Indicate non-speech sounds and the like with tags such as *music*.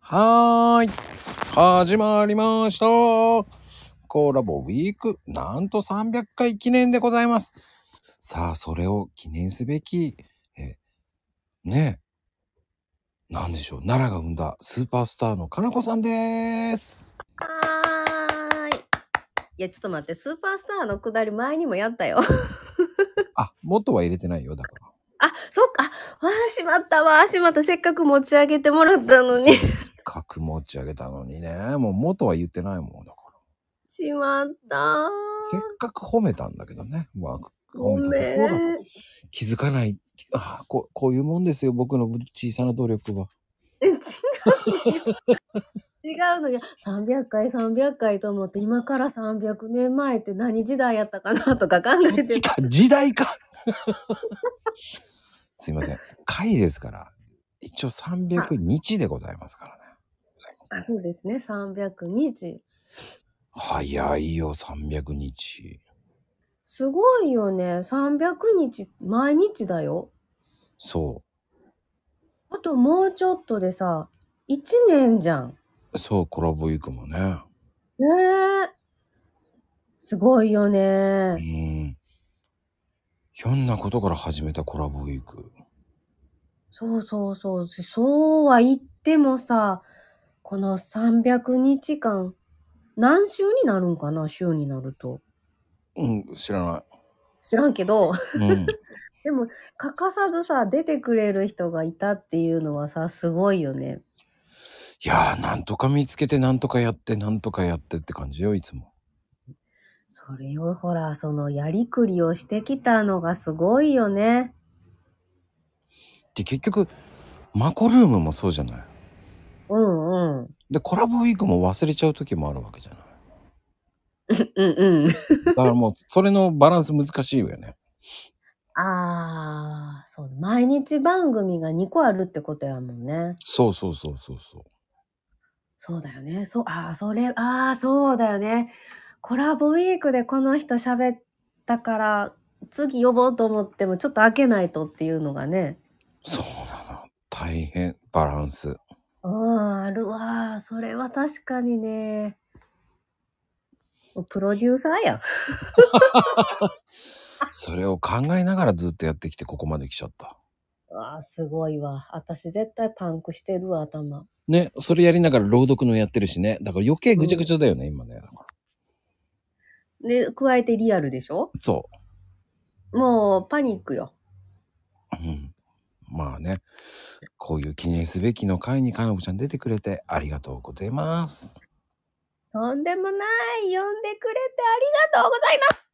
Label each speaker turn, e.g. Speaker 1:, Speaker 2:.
Speaker 1: はーい。始まりました。コラボウィーク、なんと300回記念でございます。さあ、それを記念すべき、え、ねえ、なんでしょう。奈良が生んだスーパースターのかなこさんです。
Speaker 2: はーい。いや、ちょっと待って、スーパースターのくだり前にもやったよ。 *laughs*
Speaker 1: あ、元は入れてないよ、だから。
Speaker 2: あ、そっか。あわあ、しまったわ。しまった。せっかく持ち上げてもらったのに。
Speaker 1: 格持ち上げたのにね、もう元は言ってないもんだから。
Speaker 2: しまった。
Speaker 1: せっかく褒めたんだけどね。まあ、
Speaker 2: ご
Speaker 1: 褒めた
Speaker 2: め
Speaker 1: ところだ
Speaker 2: ん。
Speaker 1: 気づかない。ああ、こう、こういうもんですよ。僕の小さな努力は。
Speaker 2: え違う。違うのよ。300回、300回と思って、今から300年前って何時代やったかなとか考
Speaker 1: そ
Speaker 2: え
Speaker 1: ってち。か、時代か。 *laughs* すいません。回ですから、一応300日でございますからね。
Speaker 2: あそうですね。300日。
Speaker 1: 早いよ、300日。
Speaker 2: すごいよね。300日、毎日だよ。
Speaker 1: そ
Speaker 2: あともうちょっとでさ、1年じゃん。
Speaker 1: う。そう、コラボ行くもね。
Speaker 2: ねえ。すごいよ
Speaker 1: う
Speaker 2: ね。
Speaker 1: ん。ひょんなことから始めたコラボウィーク。
Speaker 2: そうそうそう。そうは言ってもさ、この300日間、何週になるんかな週になると。
Speaker 1: うん、知らな
Speaker 2: 知らんけど、 *laughs*
Speaker 1: い。うん。
Speaker 2: でも欠かさずさ、出てくれる人がいたっていうのはさ、すごいよね。
Speaker 1: いやー、なんとか見つけて、なんとかやって、なんとかやってって感じよ、いつも。
Speaker 2: それをほら、そのやりくりをしてきたのがすごいよね。
Speaker 1: で、結局、マコルームもそうじゃない。
Speaker 2: うんうん。
Speaker 1: で、コラボウィークも忘れちゃう時もあるわけじゃない。
Speaker 2: うんうん。
Speaker 1: だからもう、 *laughs* それのバランス難しいよね。
Speaker 2: ああ、そう。毎日番組が2個あるってことやもんね。
Speaker 1: そうそうそうそうそう。
Speaker 2: そうだよね。そう、ああ、それ、ああ、そうだよね。コラボウィークでこの人喋ったから、次呼ぼうと思っても、ちょっと開けないとっていうのがね。
Speaker 1: そうだな。大変、バランス。
Speaker 2: うん、あるわ。それは確かにね。もうプロデューサーやん。
Speaker 1: それを考えながらずっとやってきて、ここまで来ちゃった。
Speaker 2: ああ、すごいわ。私絶対パンクしてるわ、頭。
Speaker 1: ね、それやりながら朗読のやってるしね。だから余計ぐちゃぐちゃだよね、今ね。だから
Speaker 2: で、加えてリアルでしょ
Speaker 1: そ
Speaker 2: もう、パニックよ。
Speaker 1: う。うん。まあね、こういう記念すべきの回にかなこちゃん出てくれてありがとうございます。
Speaker 2: とんでもない。呼んでくれてありがとうございます。